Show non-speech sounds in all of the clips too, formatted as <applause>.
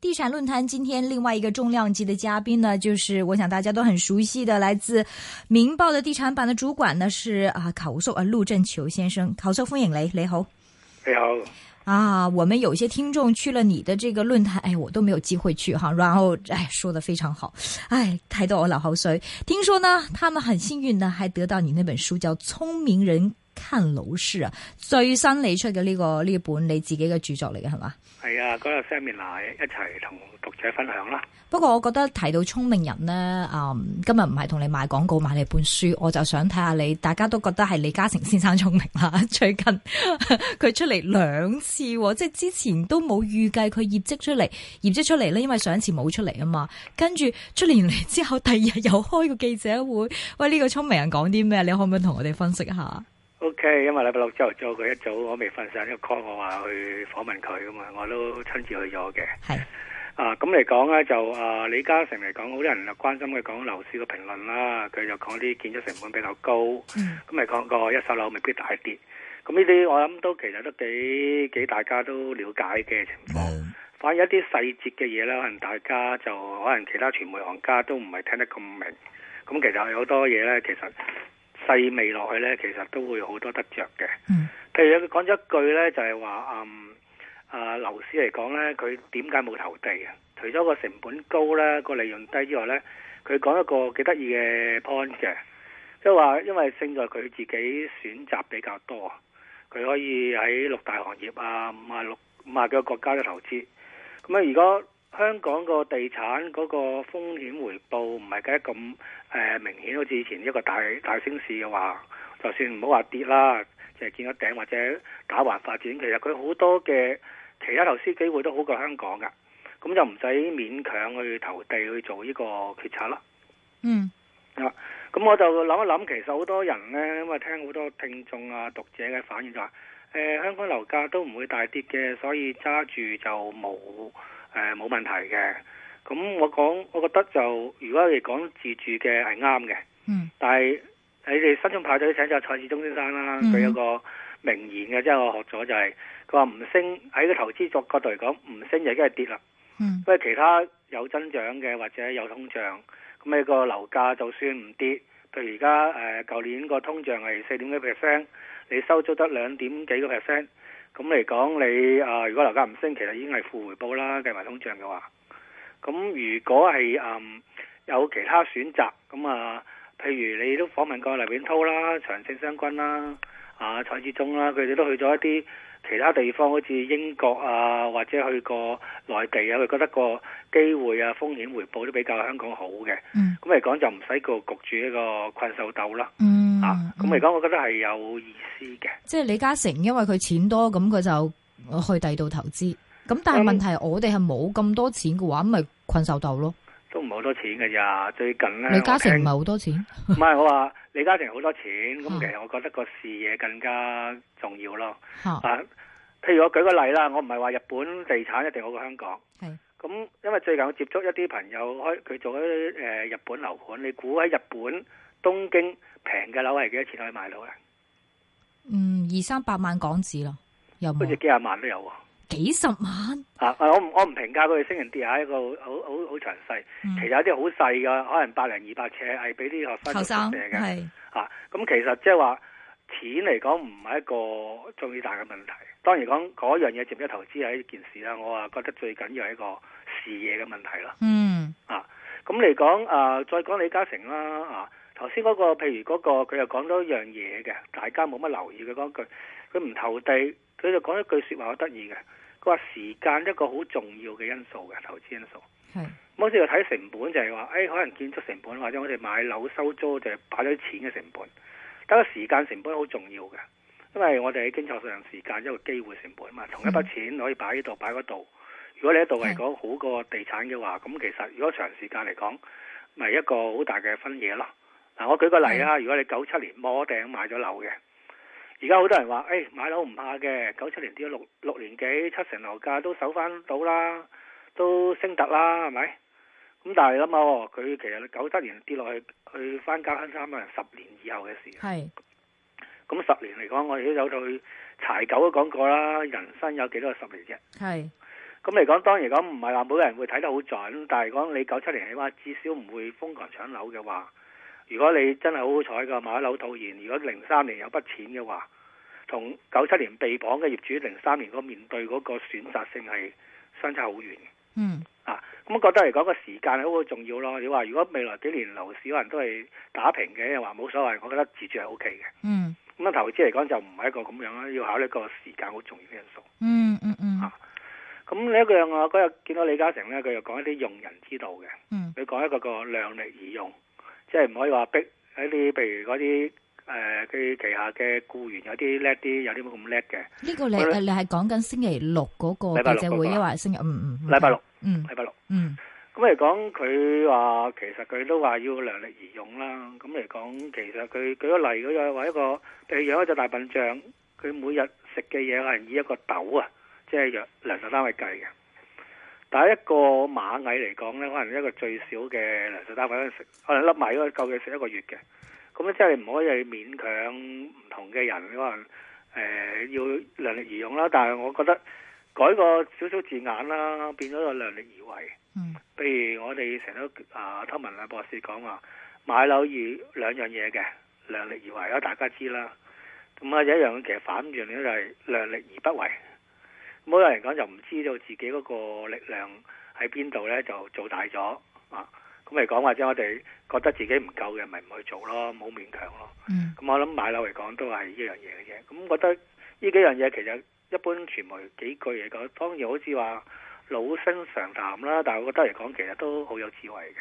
地产论坛今天另外一个重量级的嘉宾呢，就是我想大家都很熟悉的，来自《明報》嘅地產版嘅主管呢是啊球叔啊陸振球先生，球叔歡迎你，你好。你好，啊，我们有一些听众去了你的这个论坛，哎，我都没有机会去哈。然后，哎，说的非常好，哎，抬到我老好水。听说呢，他们很幸运呢，还得到你那本书叫《聪明人看楼市》啊，最新你出嘅呢、個呢本你自己嘅著作嚟嘅係嘛？系啊，嗰日 seminar 一齊同讀者分享啦。不過我覺得提到聰明人呢，嗯，今日唔係同你賣廣告賣你本書，我就想睇下你，大家都覺得係李嘉誠先生聰明啦。 <laughs> 最近佢出嚟兩次喎，即係之前都冇預計佢業績出嚟，業績出嚟呢，因為上一次冇出嚟啊嘛。跟住出年嚟之後，第二日又開個記者會，喂呢、個聰明人講啲咩？你可唔可以同我哋分析下？ OK，因為禮拜六朝頭早佢一早我未瞓醒，呢個 call 我話去訪問佢噶嘛，我都親自去咗嘅。係啊，咁嚟講咧就啊李嘉誠嚟講，好多人啊關心佢講樓市嘅評論啦，佢就講啲建築成本比較高，嗯咁咪講個一手樓未必大跌。咁呢啲我諗都其實都幾幾大家都了解嘅情況。反而一啲細節嘅嘢咧，可能大家就可能其他傳媒行家都唔係聽得咁明。咁其實有好多嘢咧，其實細味落去咧，其實都會有好多得着嘅。嗯譬如佢講咗一句咧，就係話嗯啊樓市嚟講咧，佢點解冇投地啊？除咗個成本高咧，個利潤低之外咧，佢講一個幾得意嘅 point 嘅，即係話因為勝在佢自己選擇比較多，佢可以喺六大行業啊、五啊六五啊幾個國家嘅投資。咁啊，如果香港個地產嗰個風險回報唔係計得咁誒、呃明顯，好似以前一個大大升市嘅話，就算唔好話跌啦，就係見咗頂或者打橫發展，其實佢好多嘅其他投資機會都好過香港噶，咁就唔使勉強去投地去做呢個決策啦。嗯咁我就諗一諗，其實好多人呢，因為聽好多聽眾啊、讀者嘅反應就話，誒、香港樓價都唔會大跌嘅，所以揸住就冇誒冇問題嘅。咁我講，我覺得就如果你講自住嘅係啱嘅，嗯但係你哋新中派對請咗蔡志忠先生啦，嗯佢、有個名言嘅，即係我學咗就係、佢話唔升喺個投資角角度嚟講，唔升就已經係跌啦。嗯因為其他有增長嘅或者有通脹，咁你個樓價就算唔跌，譬如而家誒舊年個通脹係四點幾 percent，你收租得兩點幾個 percent，咁嚟講你啊、如果樓價唔升，其實已經係負回報啦，計埋通脹嘅話，咁如果係嗯有其他選擇，咁啊，譬如你都訪問過黎永滔啦、長勝相君啦、啊蔡志忠啦，佢哋都去咗一啲。其他地方好似英國啊，或者去過內地啊，佢覺得個機會啊、風險回報都比較香港好嘅。嗯咁嚟講就唔使個焗住一個困獸鬥啦。嗯啊，咁嚟講，我覺得係有意思嘅。即係李嘉誠，因為佢錢多，咁佢就呃去第二度投資。咁但係咁問題，我哋係冇咁多錢嘅話，咁咪困獸鬥咯。都唔係好多錢㗎咋，最近咧，李嘉誠唔我係好多錢，聽唔係我話李嘉誠好多錢，咁嗯其實我覺得個視野更加重要咯。吓啊，譬如我舉個例啦，我唔係話日本地產一定好過香港。係咁因為最近我接觸一啲朋友開佢做一啲誒、日本樓盤，你估喺日本東京平嘅樓係幾多錢可以買到啊咧？嗯二三百萬港紙咯，有好似冇啊幾廿萬都有喎。幾十萬？啊！我唔我唔評價佢升人跌下一個好好好詳細，嗯其實有啲好細嘅，可能百零二百尺係俾啲學生後做生宿舍嘅。係啊，咁其實即係話錢嚟講唔係一個最大嘅問題。當然講嗰樣嘢值唔值得投資係一件事啦，我啊覺得最緊要係一個視野嘅問題啦。嗯咁嚟講啊，再講李嘉誠啦啊，頭先嗰個譬如嗰、個佢又講咗一樣嘢嘅，大家冇乜留意佢嗰句，佢唔投地，佢就講一句説話好得意嘅，佢話時間一個好重要嘅因素嘅投資因素。係咁好似要睇成本就係話，誒、哎可能建築成本或者我哋買樓收租就係擺咗啲錢嘅成本，但個時間成本好重要嘅，因為我哋喺經濟上時間一個機會成本嘛，同一筆錢可以擺呢度擺嗰度。如果你喺度嚟講好過地產嘅話，咁其實如果長時間嚟講，咪一個好大嘅分野咯。嗱，我舉個例啊啦，如果你九七年摸頂買咗樓嘅，而家好多人話，誒、哎買樓唔怕嘅，九七年跌咗六六年幾，七成樓價都守翻到啦，都升突啦，係咪？咁但係諗下喎，佢其實九七年跌落去，去翻家鄉三啊，十年以後嘅事。係咁十年嚟講，我哋都有去柴九都講過啦，人生有幾多個十年啫？係咁嚟講，當然講唔係話每個人會睇得好準，但係講你九七年起碼至少唔會瘋狂搶樓嘅話，如果你真係好好彩嘅買咗樓套現，如果零三年有筆錢嘅話，同九七年被綁嘅業主零三年嗰面對嗰個選擇性係相差好遠嘅嗯啊。咁我覺得嚟講個時間係好重要咯。你話如果未來幾年樓市可能都係打平嘅，又話冇所謂，我覺得自住係 O K 嘅。嗯咁啊，投資嚟講就唔係一個咁樣啦，要考慮一個時間好重要嘅因素。嗯嗯嗯啊咁呢一樣我嗰日見到李嘉誠呢，佢又講一啲用人之道嘅，嗯佢講一個個量力而用，即係唔可以話逼喺啲，譬如嗰啲誒佢旗下嘅僱員有啲叻啲，有啲冇咁叻嘅。呢個你好啦你係講緊星期六嗰個禮拜記六者嗰會，個啊抑或係星期嗯嗯禮拜六，嗯禮拜六。嗯咁嚟講，佢話其實佢都話要量力而用啦。咁嚟講，其實佢舉個例，佢又話一個，譬如養一隻大笨象，佢每日食嘅嘢係以一個豆啊，即係藥糧食單位計嘅。但係一個螞蟻嚟講呢，可能一個最少嘅糧食單位可能食，可能粒米都夠佢食一個月嘅。咁咧即係你唔可以勉強唔同嘅人，可能誒、呃要量力而用啦。但係我覺得改個少少字眼啦，變咗個量力而為。嗯譬如我哋成日都啊，湯文亮博士講話買樓要兩樣嘢嘅，呃量力而為啦，大家知啦。咁啊，有一樣其實反轉咧就係量力而不為。咁好多人講就唔知道自己嗰個力量喺邊度咧，就做大咗啊。咁嚟講，或者我哋覺得自己唔夠嘅，咪唔去做咯，唔好勉強咯。嗯咁我諗買樓嚟講都係呢樣嘢嘅啫。咁覺得呢幾樣嘢其實一般傳媒幾句嚟講，當然好似話老生常談啦，但係我覺得嚟講其實都好有智慧嘅。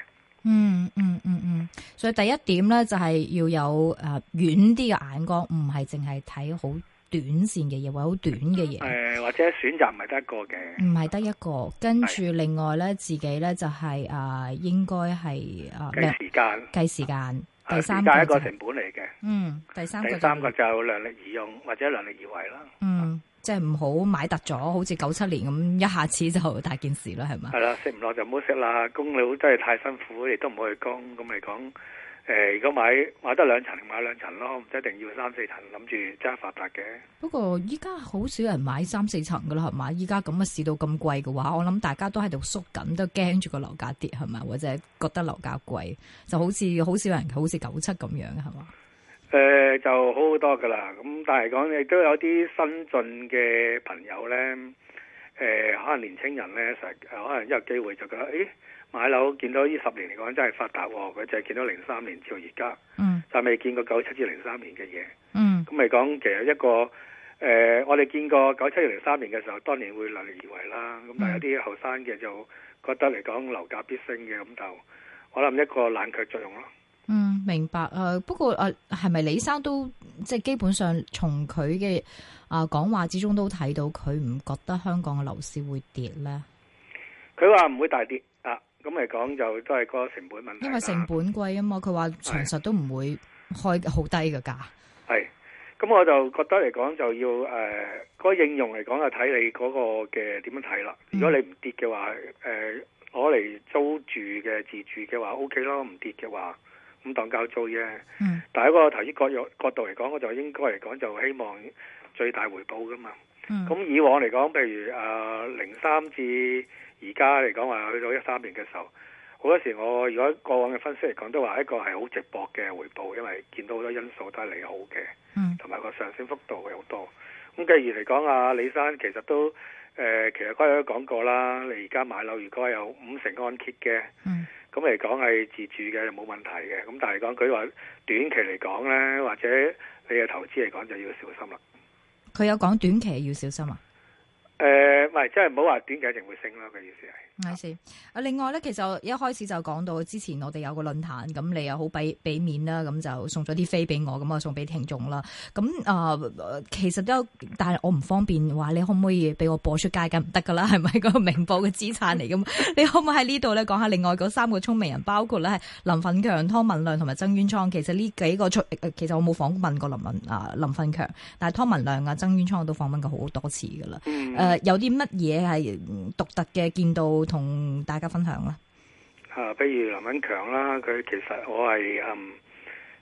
嗯嗯嗯嗯，所以第一點咧就係要有誒遠啲嘅眼光，唔係淨係睇好短線嘅嘢或者好短嘅嘢誒、。或者選擇唔係得一個嘅。唔係得一個，跟住另外咧，自己咧就係、啊、應該係啊計量時間，計時間。啊第時三間個係一就個係成本嚟嘅。嗯，第三個第就三個就量力而用或者量力而為啦。嗯，即係唔好買突咗，好似九七年咁，一下子就大件事啦，係嘛？係啦，食唔落就唔好食啦，供樓真係太辛苦，亦都唔好去供。咁嚟講，誒、如果買買得兩層，買兩層咯，唔一定要三四層，諗住真係發達嘅。不過依家好少人買三四層噶啦，係嘛？依家咁嘅市道咁貴嘅話，我諗大家都喺度縮緊，都驚住個樓價跌係嘛，或者覺得樓價貴，就好似好少人好似九七咁樣係嘛？誒、呃就好好多噶啦，咁但係講亦都有啲新進嘅朋友呢，誒、可能年青人呢，成日可能一有機會就覺得，誒買樓見到呢十年嚟講真係發達喎，佢就係見到零三年至到而家，嗯就未見過九七至零三年嘅嘢。嗯咁嚟講，其實一個誒、我哋見過九七零三年嘅時候，當然會量力而為啦。咁但係有啲後生嘅就覺得嚟講樓價必升嘅，咁就可能一個冷卻作用咯。嗯，明白。誒、不過誒，係、咪李生都即係基本上從佢嘅啊講話之中都睇到佢唔覺得香港嘅樓市會跌咧，佢話唔會大跌啊，咁嚟講就都係個成本問題啦。因為成本貴啊嘛。佢話長實都唔會開好低嘅價。係，咁我就覺得嚟講就要呃誒，嗰、個應用嚟講就啊睇你嗰個嘅點樣睇啦。嗯如果你唔跌嘅話，誒攞嚟租住嘅自住嘅話 O K 咯，唔跌嘅話咁當交租啫。嗯但係嗰個投資角度角度嚟講，我就應該嚟講就希望最大回報噶嘛。嗯咁以往嚟講，譬如啊零三至而家嚟講話去到一三年嘅時候，好多時我如果過往嘅分析嚟講，都話一個係好直薄嘅回報，因為見到好多因素都係利好嘅，嗯同埋個上升幅度係好多。咁繼而嚟講啊，李生其實都誒、呃其實嗰日都講過啦，你而家買樓如果有五成按揭嘅。嗯咁嚟講係自住嘅冇問題嘅，咁但係講佢話短期嚟講呢，或者你嘅投資嚟講就要小心啦。佢有講短期要小心啊。誒、呃唔係，即係唔好話短期一定會升啦，佢意思係。 I see 啊，另外咧，其實我一開始就講到之前我哋有個論壇，咁你又好俾俾面啦，咁就送咗啲飛俾我，咁我送俾聽眾啦。咁啊、呃其實都有，但係我唔方便話，你可唔可以俾我播出街？梗唔得噶啦，係 <laughs> 咪個明報嘅資產嚟噶嘛？ <laughs> 你可唔可以喺呢度咧講下另外嗰三個聰明人，包括咧係林奮強、湯文亮同埋曾淵滄。其實呢幾個出，呃其實我冇訪問過林文啊林奮強，但係湯文亮啊、曾淵滄我都訪問過好多次噶啦。誒、嗯呃有啲乜嘢係嗯獨特嘅見到同大家分享啦？啊，譬如林敏強啦，佢其實我係嗯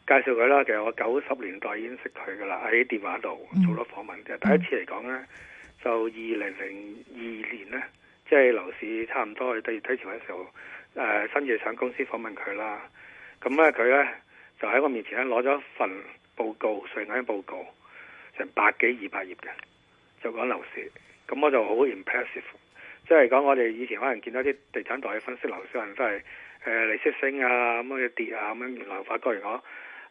介紹佢啦，其實我九十年代已經識佢噶啦，喺電話度嗯做咗訪問嘅。第一次嚟講呢，就二零零二年呢，即係樓市差唔多去第二低潮嘅時候，誒、呃新嘢上公司訪問佢啦。咁咧佢咧就喺我面前咧攞咗一份報告，瑞銀報告，成百幾二百頁嘅，就講樓市。咁我就好 impressive，即係講我哋以前可能見到啲地產代理分析樓市，可能都係誒、呃利息升啊，咁樣跌啊，咁樣原來發覺嚟講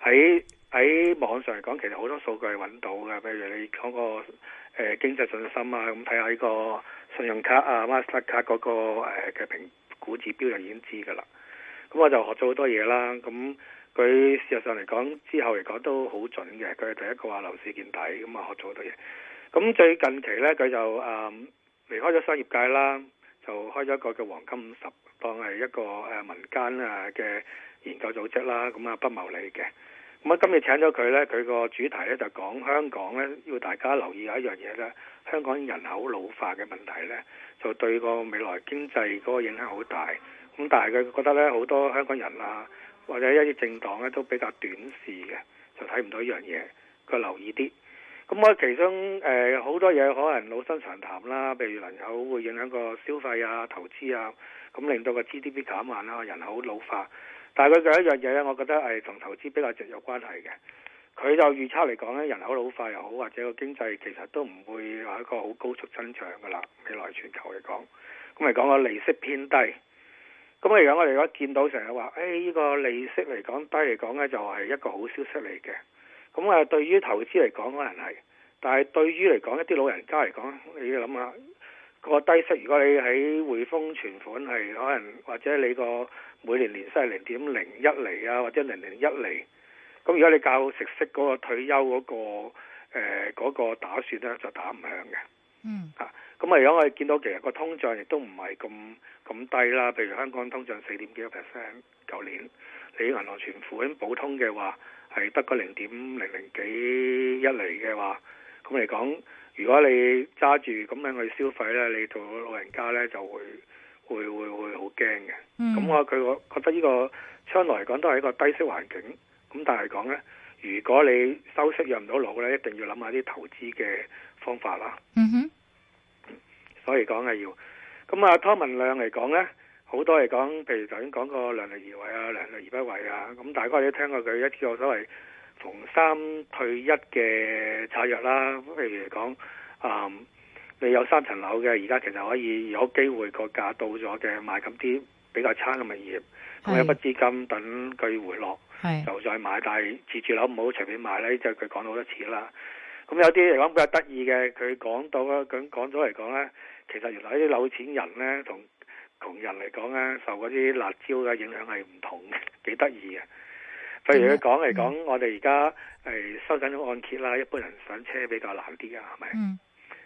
喺喺網上嚟講，其實好多數據係揾到嘅，譬如你講個誒、經濟信心啊，咁睇下呢個信用卡啊、Master 卡嗰、個誒嘅、評估指標就已經知㗎啦。咁我就學咗好多嘢啦。咁佢事實上嚟講，之後嚟講都好準嘅。佢係第一個話樓市見底，咁啊學咗好多嘢。咁最近期呢，佢就誒、嗯離開咗商業界啦，就開咗一個叫黃金五十，當係一個誒、民間啊嘅研究組織啦。咁啊不牟利嘅。咁啊，今日請咗佢呢，佢個主題呢就講香港呢，要大家留意有一樣嘢呢，香港人口老化嘅問題呢，就對個未來經濟嗰個影響好大。咁但係佢覺得呢，好多香港人啊，或者一啲政黨呢，都比較短視嘅，就睇唔到呢樣嘢，佢留意啲。咁我其中誒好、多嘢可能老生常談啦，譬如人口會影響個消費啊、投資啊，咁令到個 GDP 減慢啦，人口老化。但係佢仲有一樣嘢咧，我覺得係同投資比較直有關係嘅。佢就預測嚟講咧，人口老化又好，或者個經濟其實都唔會話一個好高速增長㗎啦。未來全球嚟講，咁嚟講個利息偏低。咁嚟講，我哋而家見到成日話，誒、呢、個利息嚟講低嚟講咧，就係、一個好消息嚟嘅。咁啊，對於投資嚟講可能係，但係對於嚟講一啲老人家嚟講，你要諗下個低息，如果你喺匯豐存款係可能或者你個每年年息係零點零一厘啊，或者零零一厘，咁如果你教食息嗰個退休嗰、個呃誒嗰、個打算咧，就打唔響嘅。嗯啊，咁啊，而家我哋見到其實個通脹亦都唔係咁咁低啦。譬如香港通脹四點幾個 percent，舊年你銀行存款普通嘅話係得個零點零零幾一厘嘅話，咁嚟講，如果你揸住咁樣去消費咧，你做老人家咧就會會會會好驚嘅。嗯咁我佢我覺得呢個將來嚟講都係一個低息環境，咁但係講呢，如果你收息養唔到老呢，一定要諗下啲投資嘅方法啦。嗯哼，所以講係要。咁啊，湯文亮嚟講呢，好多嚟講，譬如頭先講過量力而為啊，量力而不為啊，咁大家都聽過佢一啲所謂逢三退一嘅策略啦。譬如嚟講，啊、你有三層樓嘅，而家其實可以有機會個價到咗嘅，買咁啲比較差嘅物業，咁有筆資金等佢回落。係就再買，但係自住樓唔好隨便買咧，就佢講到好多次啦。咁有啲嚟講比較得意嘅，佢講到啦，咁講咗嚟講咧，其實原來啲有錢人咧同窮人嚟講咧，受嗰啲辣椒嘅影響係唔同嘅， <laughs> 幾得意嘅。譬如佢講嚟講，我哋而家誒收緊咗按揭啦，一般人上車比較難啲啊，係咪？嗯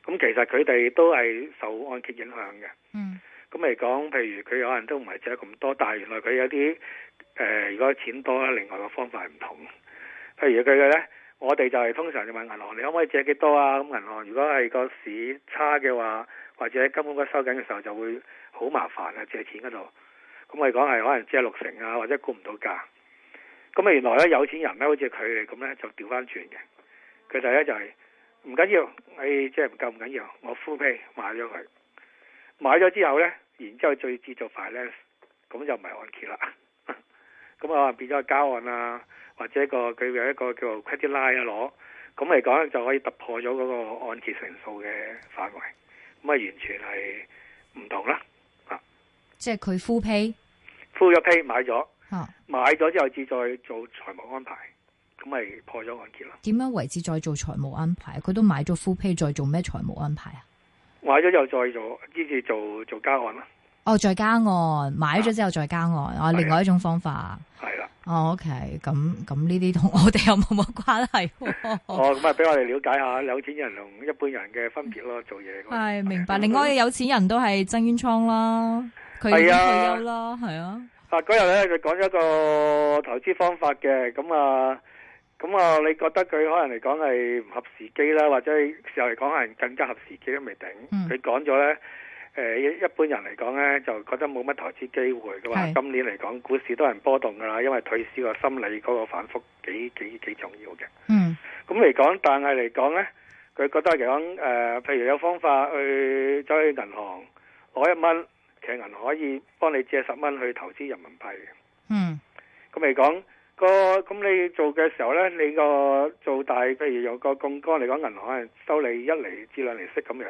咁其實佢哋都係受按揭影響嘅。嗯咁嚟講，譬如佢可能都唔係借得咁多，但係原來佢有啲誒、呃如果錢多咧，另外個方法係唔同。譬如佢嘅咧，我哋就係通常就問銀行，你可唔可以借幾多啊？咁銀行如果係個市差嘅話，或者金管局收緊嘅時候，就會好麻煩啊，借錢嗰度。咁我哋講係可能借六成啊，或者估唔到價。咁啊，原來咧有錢人咧，好似佢哋咁咧，就調翻轉嘅。佢就咧就係、唔緊要，誒即係唔夠唔緊要，我 full pay 買咗佢。買咗之後呢，然之後再至做 finance，咁就唔係按揭啦。 <laughs> 咁啊變咗交按啊，或者個佢有一個叫做 credit line 啊攞，咁嚟講咧就可以突破咗嗰個按揭成數嘅範圍，咁啊完全係唔同啦。即係佢啊 full pay full 咗 pay 買咗，嚇，買咗之後至再做財務安排，咁咪破咗按揭啦。點樣為之再做財務安排？佢都買咗 full pay，再做咩財務安排啊？買咗之後再做，呢次做做交按啦，哦，再加按，買咗之後再加按，啊哦，另外一種方法。係啦。哦，OK，咁咁呢啲同我哋又冇乜關係 <laughs> 喎。哦，咁啊俾我哋了解下有錢人同一般人嘅分別咯，做嘢嗰個係明白。另外嘅有錢人都係曾淵滄啦，佢已經退係啊休啦，係啊，啊，嗰日咧佢講咗一個投資方法嘅，咁啊，咁啊，你覺得佢可能嚟講係唔合時機啦，或者事後嚟講可能更加合時機都未定嗯。佢講咗咧，誒、一一般人嚟講咧就覺得冇乜投資機會嘅話，係今年嚟講股市都係波動㗎啦，因為退市個心理嗰個反覆幾幾幾重要嘅。嗯咁嚟講，呃但係嚟講呢，佢覺得嚟講誒，譬如有方法去走去銀行攞一蚊，其實銀行可以幫你借十蚊去投資人民幣嘅。嗯咁嚟講個咁你做嘅時候呢，你個做大，譬如有個槓桿嚟講，銀行可能收你一厘至兩厘息咁樣。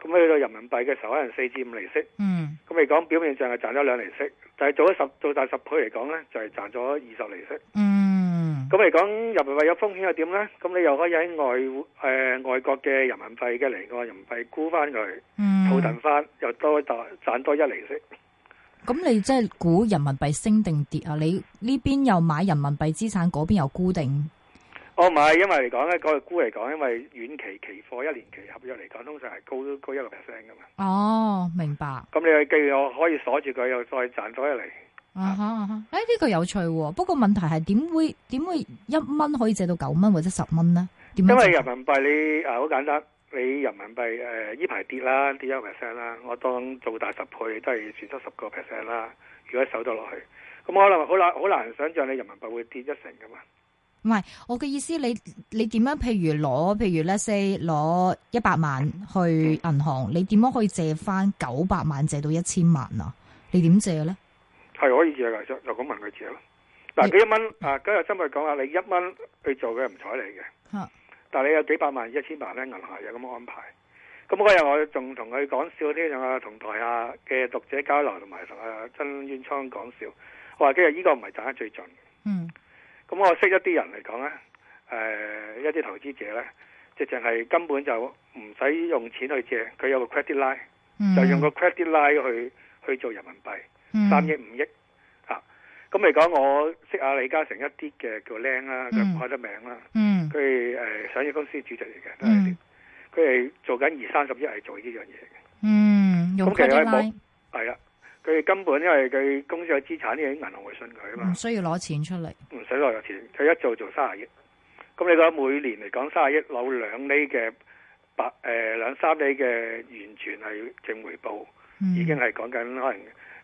咁去到人民幣嘅時候，可能四至五厘息。嗯咁嚟講，表面上係賺咗兩厘息，但係做咗十做大十倍嚟講呢，就係、賺咗二十厘息。嗯咁嚟講，人民幣有風險又點呢？咁你又可以喺外誒、呃外國嘅人民幣嘅離岸人民幣沽翻佢，嗯套騰翻，又多賺賺多一厘息。咁你即系估人民幣升定跌啊？你呢邊又買人民幣資產，嗰邊又固定。哦我唔係，因為嚟講咧，嗰個沽嚟講，因為遠期期貨一年期合約嚟講，通常係高高一個 percent 噶嘛。哦，明白。咁你既又可以鎖住佢，又再賺多一厘。啊哈啊哈！诶，呢、個有趣喎、不過問題係點會點會一蚊可以借到九蚊或者十蚊呢？點樣因為借人民幣你啊好簡單，你人民幣誒依排跌啦，跌一個 percent 啦，我當做大十倍都係損失十個 percent 啦。如果守到落去，咁可能好難好難想像你人民幣會跌一成噶嘛。我嘅意思，你你點樣？譬如攞，譬如 let's say 攞一百萬去銀行，你點樣可以借翻九百萬借到一千萬啊？你點借呢？係可以借㗎，就就咁問佢借咯。嗱，佢一蚊啊，今日今日講下你一蚊去做佢唔睬你嘅。嚇但係你有幾百萬、一千萬咧，銀行有咁嘅安排。咁嗰日我仲同佢講笑啲，同啊同台下嘅讀者交流，同埋同啊曾淵滄講笑。我話今日呢個唔係賺得最盡。嗯咁我識一啲人嚟講咧，誒、一啲投資者咧，直情係根本就唔使用錢去借，佢有個 credit line，、嗯，就用個 credit line 去去做人民幣。嗯三億五億啊！咁嚟講，我識阿李嘉誠一啲嘅叫僆啦，佢嗯唔開得名啦，嗯佢誒、呃上市公司主席嚟嘅，都係嗯啲佢係做緊二三十億係做呢樣嘢嗯，用咁其實 credit 係冇 line 嘅，係啊，佢根本因為佢公司有資產，呢啲銀行會信佢啊唔嘛，需要攞錢出嚟。唔使落入錢，佢一做做三十億，咁你講每年嚟講三十億攞兩厘嘅百誒、呃、兩三厘嘅完全係正回報，嗯已經係講緊可能誒、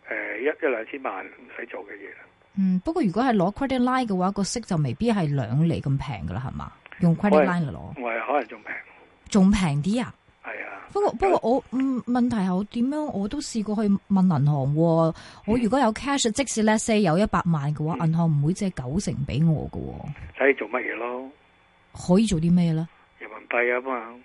呃一一兩千萬唔使做嘅嘢啦。嗯，不過如果係攞 credit line 嘅話，個息就未必係兩厘咁平噶啦，係嘛？用 credit 喂 line 嚟攞，我係可能仲平，仲平啲啊！係啊，不過不過我嗯問題係我點樣我都試過去問銀行喎，我如果有 cash，即使 let's say 有一百萬嘅話，嗯銀行唔會借九成俾我嘅喎，睇你做乜嘢咯，可以做啲咩咧？人民幣啊嘛，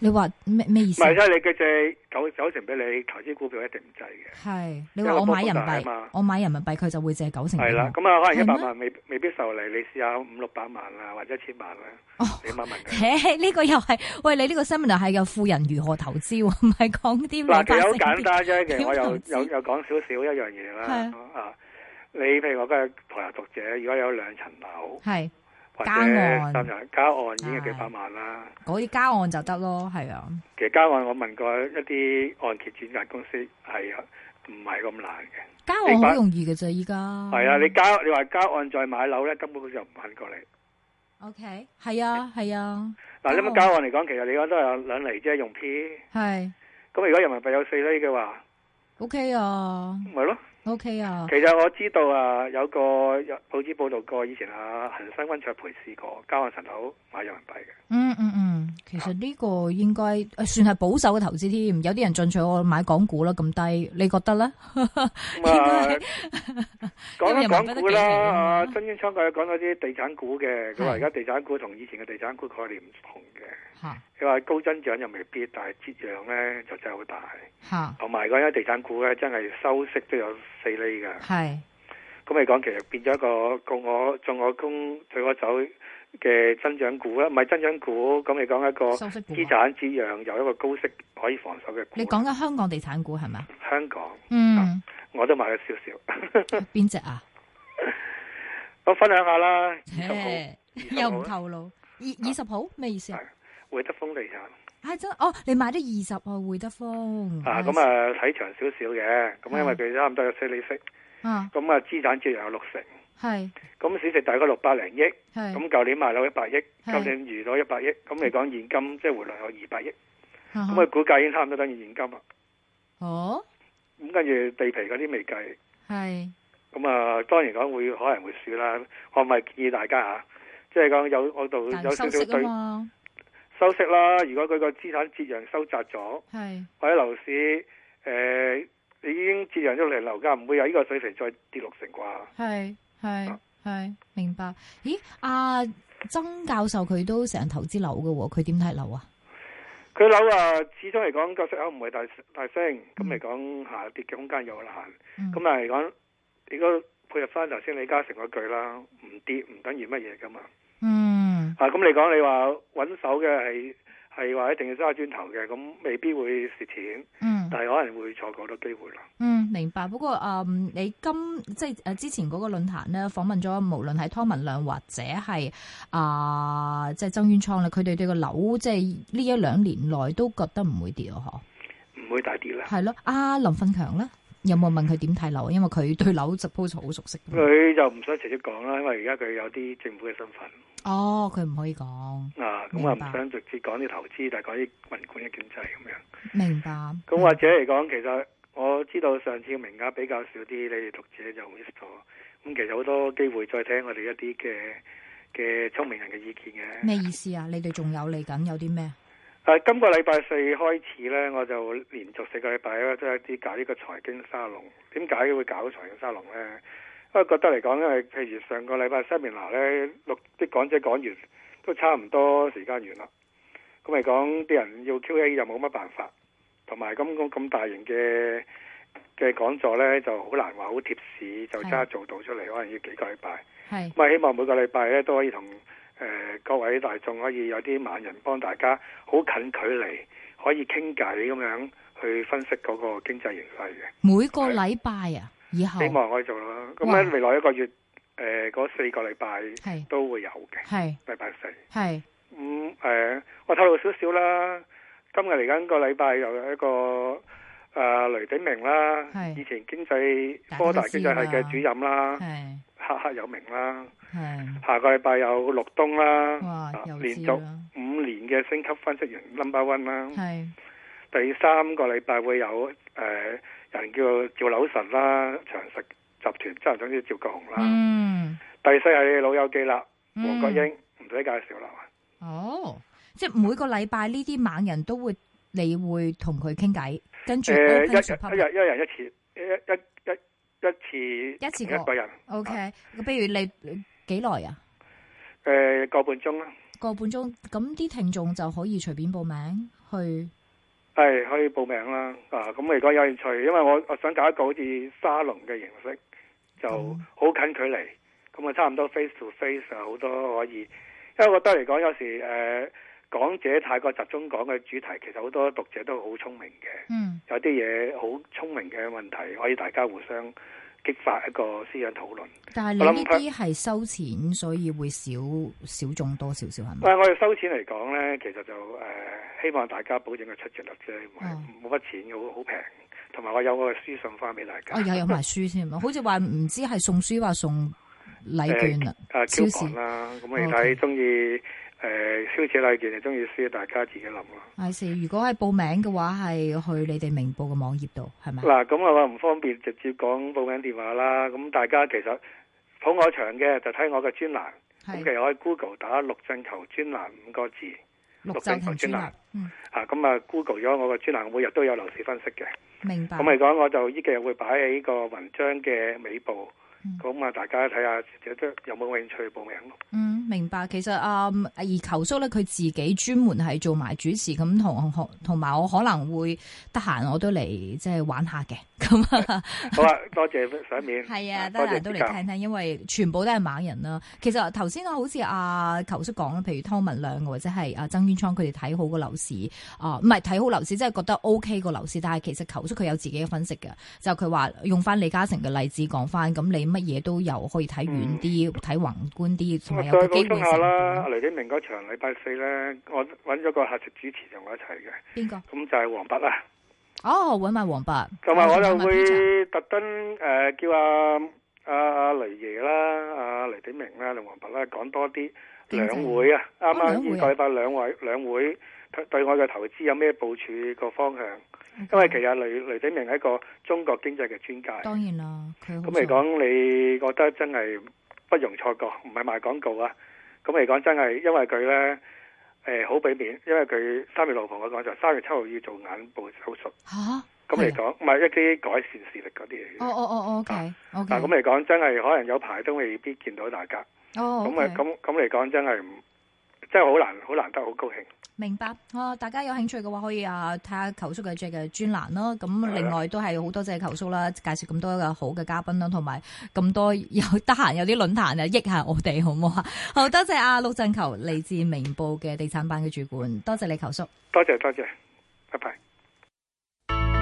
你話咩咩意唔思？係即係你嘅借九九成俾你投資股票一定唔制嘅，係你因為話我買波人幅大啊幣嘛，我買人民幣佢就會借九成俾係啦，我。咁啊可能一百嗯係咩萬未未必受理，你試下五六百萬啊或者一千萬啦，哦你問問佢。 <laughs> 嘿，呢個又係喂，你呢個 seminar 係有富人如何投資喎，唔係講啲咩嗱，其實好百姓簡單啫，其實點我投又資有有講少少一樣嘢啦係，啊，你譬如我今日台下讀者，如果有兩層樓係或者加啊按三層加按已經係幾百萬啦。嗰啲加按就得咯，係啊，其實加按我問過一啲按揭轉介公司係唔係咁難嘅。加你按把好容易嘅啫，依家係啊，你交你話交按再買樓咧，根本佢就唔肯過你。 OK 係啊係啊嗱，你哦咁交按嚟講，其實你講都有兩厘啫，用 P。係咁如果人民幣有四厘嘅話， OK 啊。咪咯。 O K 啊，其實我知道啊，有個有報紙報道過，以前啊恒生温卓培試過交按層樓買人民幣嘅。嗯嗯嗯，其實呢個應該呃算係保守嘅投資添，有啲人進取我買港股啦咁低，你覺 <laughs> 得咧？<laughs> 咁啊，因為講人一民講幣都股幾啦，平啊啊，曾淵滄佢講嗰啲地產股嘅，佢話係而家地產股同以前嘅地產股概念唔同嘅。吓佢話高增長又未必，但係折讓咧就真係好大。吓同埋嗰啲地產股咧，真係收息都有四厘㗎。係咁嚟講，其實變咗一個共我眾我供對我走嘅增長股啊啦，唔係增長股。咁你講一個收息股啊哦資產折讓有一個高息可以防守嘅股。你講緊香港地產股係咪啊？香港，啊嗯，我都買咗少 <laughs> 少。邊只 <laughs> 啊？我分享下啦，二十號啊切20又號唔透露二二十號咩意思啊？會德豐地產係真哦，你買咗二十號會德豐啊，咁啊睇長少少嘅，咁因為佢差唔多有四厘息，啊咁啊資產折讓有六成，係咁市值大概六百零億。係咁舊年賣樓一百億，係今年餘到一百億，咁嚟講現金即係回流有二百億，啊咁佢估計已經差唔多等於現金啦。哦咁跟住地皮嗰啲未計，係咁啊當然講會可能會輸啦。我咪建議大家嚇，即係講有我度有但少收少息啊對嘛，收息啦。如果佢個資產折讓收窄咗，係或者樓市誒、誒、你已經折讓咗嚟樓價，唔會有呢個水平再跌六成啩？係啊係係，明白。咦，阿、曾教授佢都成日投資樓嘅喎，佢點睇樓啊？佢樓啊，始終嚟講個息口唔係大大升，咁嚟講下跌嘅空間有限。嗯咁但係嚟講，如果配合翻頭先李嘉誠嗰句啦，唔跌唔等於乜嘢噶嘛。嗯啊，咁嚟講你話揾手嘅係係話一定要揸磚頭嘅，咁未必會蝕錢，嗯但係可能會錯過好多機會啦。嗯，明白。不過誒、嗯你今即係誒之前嗰個論壇咧，訪問咗無論係湯文亮或者係啊、即係曾淵滄咧，佢哋對個樓即係呢一兩年內都覺得唔會跌咯，嗬。唔會大跌啦。係咯，阿林奮強咧，有冇問佢點睇樓啊？因為佢對樓 suppose 好熟悉㗎嘛。佢就唔想直接講啦，因為而家佢有啲政府嘅身份哦，佢唔可以講，啊，咁明啊唔白想直接講啲投資，但係講啲宏觀嘅經濟咁樣。明白。咁或者嚟講，其實我知道上次嘅名額比較少啲，你哋讀者就 miss 咗。咁其實好多機會再聽我哋一啲嘅嘅聰明人嘅意見嘅。咩意思啊？你哋仲有嚟緊有啲咩？啊，今個禮拜四開始呢，我就連續四個禮拜咧都有一啲搞呢個財經沙龍。點解會搞財經沙龍呢？因為覺得嚟講，因為譬如上個禮拜 seminar 咧，六啲講者講完都差唔多時間完啦。咁嚟講，啲人要 Q&A 又冇乜辦法，同埋咁咁咁大型嘅嘅講座呢，就好難話好貼市，就揸做到出嚟，可能要幾個禮拜。係咁啊，希望每個禮拜咧都可以同誒、呃各位大眾可以有啲猛人幫大家好近距離可以傾偈咁樣去分析嗰個經濟形勢嘅，每個禮拜啊，以後希望可以做到啦。咁哇喺未來一個月誒嗰、四個禮拜係都會有嘅，係禮拜四。係咁、誒、我透露少少啦。今日嚟緊個禮拜又有一個誒、呃雷鼎明啦，係以前經濟大家都科大經濟系知嘅啦主任啦，係赫赫有名啦。係，下個禮拜有陸東 <laughs> 啦，哇啊又連知續啦，五年嘅升級分析員 number one 啦。係第三個禮拜會有誒、呃人叫趙柳神啦，長實集團執行總之趙國雄啦。嗯，第四係老友記啦，嗯啊黃國英唔使介紹啦。哦，即係每個禮拜呢啲猛人都會，你會同佢傾偈，跟住誒、呃一 open to 一 public 人一人一次，一一一一一次一次一過個人 OK，咁譬如你幾耐啊？誒、呃個半鐘啦，個半鐘，咁啲聽眾就可以隨便報名去。係可以報名啦。啊，咁如果有興趣，因為我我想搞一個好似沙龍嘅形式，就嗯好近距離，咁啊差唔多 face to face 啊，好多可以。因為我覺得嚟講，有時誒、呃、講者太過集中講嘅主題，其實好多讀者都好聰明嘅，嗯有啲嘢好聰明嘅問題，可以大家互相激發一個思想討論。但係我你諗呢啲係收錢，所以會少少眾多少少係咪？喂，我哋收錢嚟講呢，其實就誒、呃希望大家保證個出席率啫，唔係嗯冇乜錢嘅，好好平。同埋我有個書信翻俾大家，哦，又有埋書添，好似話唔知係送書話送禮券啊。啊超 Q 市房啦，咁你哦 OK 睇中意誒消者禮件定中意書，大家自己諗啦。 I see，如果係報名嘅話，係去你哋明報嘅網頁度係咪？嗱，咁啊我話唔方便直接講報名電話啦。咁大家其實捧我場嘅就睇我嘅專欄，咁其係實可以 Google 打陸振球專欄五個字陸陸振振同雄專專欄欄，嗯，啊。咁啊 Google 咗我嘅專欄，我每日都有樓市分析嘅。明白咁。嚟講，我就依幾日會擺喺個文章嘅尾部嗯，咁啊大家睇下有得有冇興趣報名咯。嗯，明白。其實啊、嗯而球叔咧，佢自己專門係做埋主持咁，同同同埋我可能會得閒，我都嚟即係玩下嘅。咁啊，好啊，多謝賞面。係啊，得多謝閒都指嚟教聽聽，因為全部都係猛人啦。其實頭先啊，好似阿球叔講啦，譬如湯文亮或者係阿啊曾淵滄，佢哋睇好個樓市啊，唔係睇好樓市，即係覺得 O K 個樓市。但係其實球叔佢有自己嘅分析嘅，就佢話用翻李嘉誠嘅例子講翻，咁你乜嘢都有可以睇遠啲，嗯睇、宏觀 <laughs> 啲，同埋有啊再個補機充會啊下成啦，本。阿雷鼎明嗰場禮拜四咧，我揾咗個客席主持同我一齊嘅，邊個？咁就係黃伯啊啦。哦，搵埋黃伯，同啊埋我就同埋 Peter 會特登誒、呃叫阿阿阿雷爺啦、阿、雷鼎明啦、梁黃伯啦講多啲經濟兩會啊，啱哦兩會啊啱呢個禮拜兩會兩會對對我嘅投資有咩部署個方向？因為其實雷雷鼎明係一個中國經濟嘅專家，當然啦，佢好咁嚟講，你覺得真係不容錯過，唔係賣廣告啊！咁嚟講真係，因為佢呢，誒、好俾面，因為佢三月六號同我講就三月七號要做眼部手術，吓啊咁嚟講，唔係一啲改善視力嗰啲哦嚟嘅。哦哦，OK 嗱，啊咁 OK，嚟講真係可能有排都未必見到大家。哦，咁 OK 啊，咁咁嚟講真係唔，真係好難好難得好高興。明白。啊，大家有興趣嘅話，可以啊睇下球叔嘅即嘅專欄啦。咁係啦另外都係好多謝球叔啦，介紹咁多嘅好嘅嘉賓啦，同埋咁多有得閒有啲論壇啊，益下我哋好唔好啊？好多謝阿陸振球嚟自明報嘅地產版嘅主管，多謝你球叔。多謝多謝，拜拜。